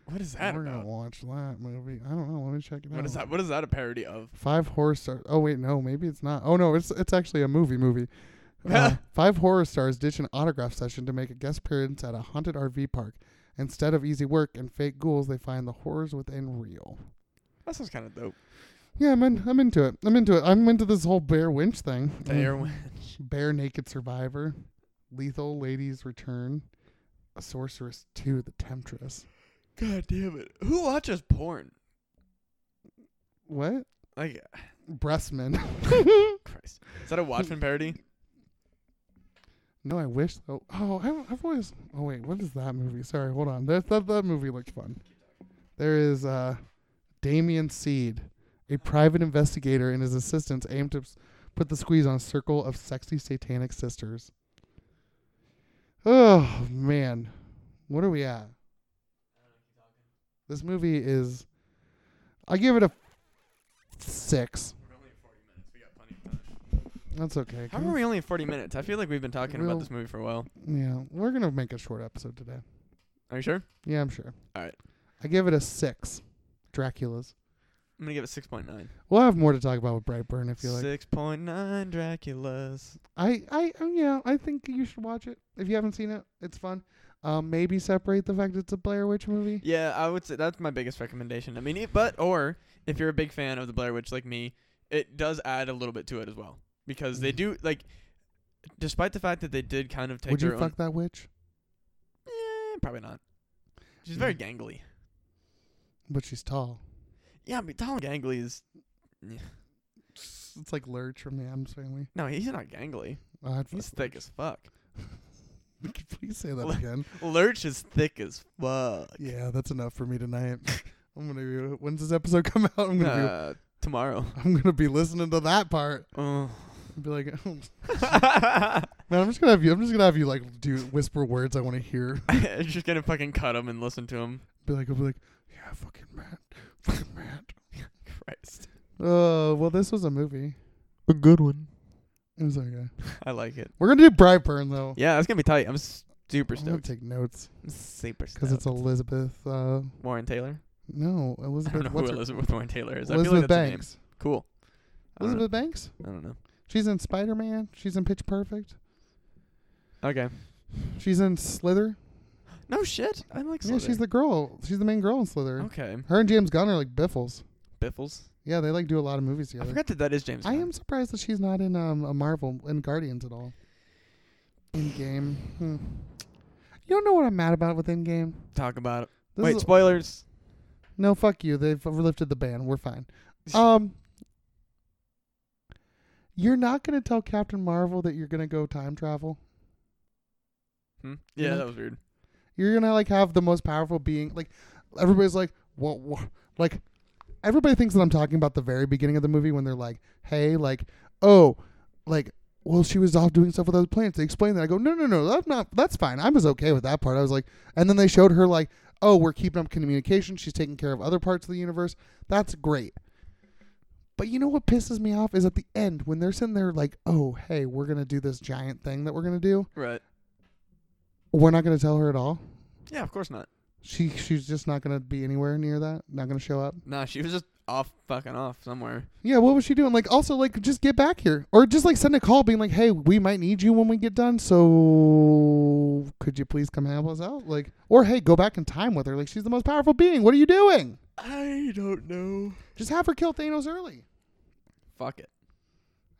What is that
We're
about?
gonna watch that movie. I don't know. Let me check it out.
What is that? What is that a parody of?
Five horror stars. Oh wait, no, maybe it's not. Oh no, it's it's actually a movie movie. Uh, five horror stars ditch an autograph session to make a guest appearance at a haunted RV park. Instead of easy work and fake ghouls, they find the horrors within real.
That sounds kind of dope.
Yeah, man, I'm into it. I'm into it. I'm into this whole Bear Winch thing.
The air
Mm.
went.
Bare Naked Survivor, Lethal Ladies Return, A Sorceress 2, The Temptress.
God damn it! Who watches porn?
What?
Like oh,
Breastman.
Christ, is that a Watchmen parody?
no, I wish. Oh, oh I, I've always. Oh, wait, what is that movie? Sorry, hold on. That, that, that movie looked fun. There is uh, Damien Seed, a private investigator and his assistants aim to s- put the squeeze on a circle of sexy satanic sisters. Oh, man. What are we at? This movie is. I give it a six. That's okay.
How
Can
are
we-
we only at 40 minutes? I feel like we've been talking
We'll-
about this movie for a while.
Yeah, we're gonna make a short episode today.
Are you sure? I'm
Yeah, I'm sure.
All right.
I give it a six. Dracula's.
gonna give it 6.9.
We'll have more to talk about with Brightburn. I feel like
6.9 Draculas.
I, I, oh, yeah, I think you should watch it if you haven't seen it. It's fun. Um, maybe separate the fact it's a Blair Witch movie.
Yeah, I would say that's my biggest recommendation. I mean, it, but or if you're a big fan of the Blair Witch like me, it does add a little bit to it as well because they
Mhm.
do like, despite the fact that they did kind of take
Would
their
you
own.
fuck that witch?
Eh, probably not. She's very
Mm.
gangly.
But she's tall.
Yeah, but Tom Gangly is
It's like Lurch from the Adams Family.
no, he's not gangly.
Oh, I'd fuck
He's thick as fuck.
Lurch. Please say that
Lur-
again.
Lurch is thick as fuck.
Yeah, that's enough for me tonight. I'm gonna. Be, when's this episode come out? I'm gonna.
Uh, tomorrow.
Be, I'm gonna be listening to that part.
Oh.
And be like, oh, Man, I'm just gonna have you. I'm just gonna have you like do whisper words I want to hear.
I'm just gonna fucking cut him and listen to him.
Be like, I'll be like, yeah, fucking Matt, fucking Matt.
Christ,
Uh, well, this was a movie.
a good one.
It was okay.
I like it.
We're gonna do Brightburn though.
Yeah, it's gonna be tight. I'm super
I'm gonna
stoked.
take notes
I'm super stoked.
because it's Elizabeth. Uh,
Warren Taylor.
no,
I don't
Elizabeth.
know
What's
who
her?
Elizabeth Warren Taylor is. I feel
Elizabeth
like that's her name.
Banks.
Cool. I don't, know.
Elizabeth Banks.
I don't know.
She's in Spider Man. She's in Pitch Perfect.
Okay.
She's in Slither.
No shit. I like.
Yeah, she's the girl. She's the main girl in Slither.
Okay.
Her and James Gunn are like biffles.
Biffles.
Yeah, they like do a lot of movies
I
together.
forgot that that is James.
I
Gunn.
am surprised that she's not in um, a Marvel in Guardians at all. In game, hmm. you don't know what I'm mad about with in game.
Talk about it.
This
Wait,
is-
spoilers.
no, fuck you. They've lifted the ban. We're fine. Um, you're not gonna tell Captain Marvel that you're gonna go time travel.
Hmm? Yeah,
know?
that was weird.
You're gonna like have the most powerful being. Like everybody's like, what? what? Like everybody thinks that I'm talking about the very beginning of the movie when they're like, hey, like, oh, like. Well, she was off doing stuff with other planets. They explained that. I go, no, no, no, that's not. That's fine. I was okay with that part. I was like, and then they showed her like, oh, we're keeping up communication. She's taking care of other parts of the universe. That's great. But you know what pisses me off is at the end when they're sitting there like, oh, hey, we're gonna do this giant thing that we're gonna do.
Right.
We're not gonna tell her at all.
Yeah, of course not.
She she's just not gonna be anywhere near that. Not gonna show up.
Nah, she was just off, fucking off somewhere.
Yeah, what was she doing? Like, also, like, just get back here, or just like send a call, being like, "Hey, we might need you when we get done. So, could you please come help us out?" Like, or hey, go back in time with her. Like, she's the most powerful being. What are you doing?
I don't know.
Just have her kill Thanos early.
Fuck it.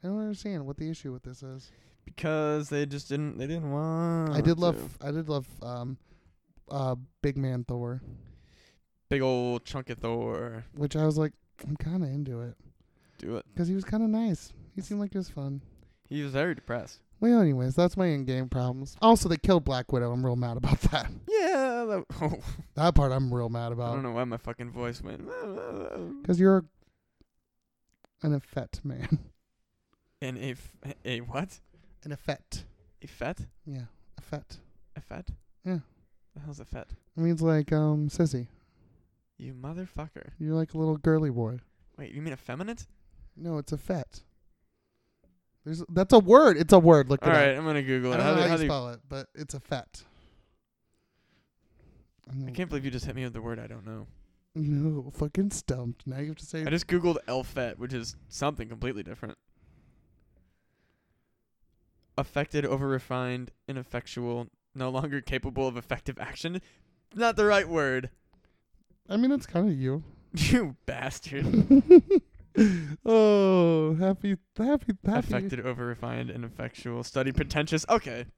I don't understand what the issue with this is.
Because they just didn't. They didn't want.
I did
to.
love, I did love, um, uh, Big Man Thor,
big old chunk of Thor.
which I was like, I'm kind of into it
Do it.
because he was kind of nice. He seemed like he was fun.
He was very depressed.
Well, anyways, that's my in-game problems. Also, they killed Black Widow. I'm real mad about that.
Yeah. That, oh,
That part I'm real mad
I don't
about
know why my fucking voice went.
because you're an effete man.
And a f- a what?
An effete.
A fet?
Yeah, effete.
A fet?
Yeah.
The hell's a fet?
It means like um sissy.
You motherfucker.
You're like a little girly boy.
Wait, you mean effeminate?
No, it's effete. There's that's a word. It's a word. Look it
All
up.
right, I'm gonna Google
I
it.
don't
How
know
do,
how,
how
you
do you-
spell it, but it's effete. And
I
then-
can't believe you just hit me with the word I don't know.
No, fucking stumped. Now you have to say
I just googled Elfet, which is something completely different. Affected, over refined, ineffectual, no longer capable of effective action. Not the right word.
I mean, it's kind of you.
You bastard.
oh, happy, happy, happy.
Affected, over refined, ineffectual, studied, pretentious. Okay.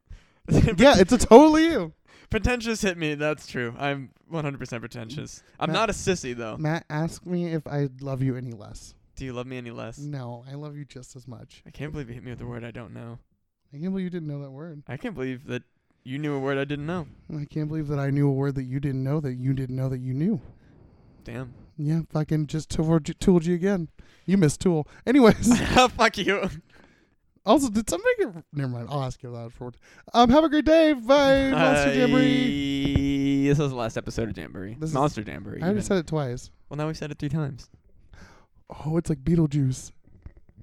Yeah, it's a totally you.
pretentious hit me. That's true. I'm 100% pretentious. I'm
Matt-
not a sissy, though.
Matt asked me if I love you any less.
Do you love me any less?
No, I love you just as much.
I can't believe you hit me with a word I don't know.
I can't believe you didn't know that word.
I can't believe that you knew a word I didn't know.
And I can't believe that I knew a word that you didn't know that you didn't know that you knew.
Damn.
Yeah, fucking just tooled you, tooled you again. You missed tool. Anyways,
Fuck you.
also did somebody get? Never mind. I'll ask you that afterward. Um, have a great day. Bye, Monster Jamboree.
Bye. This was the last episode of Jamboree.
This is-
Monster Jamboree.
I already
even.
said it twice.
well, now we've said it three times.
Oh, it's like Beetlejuice.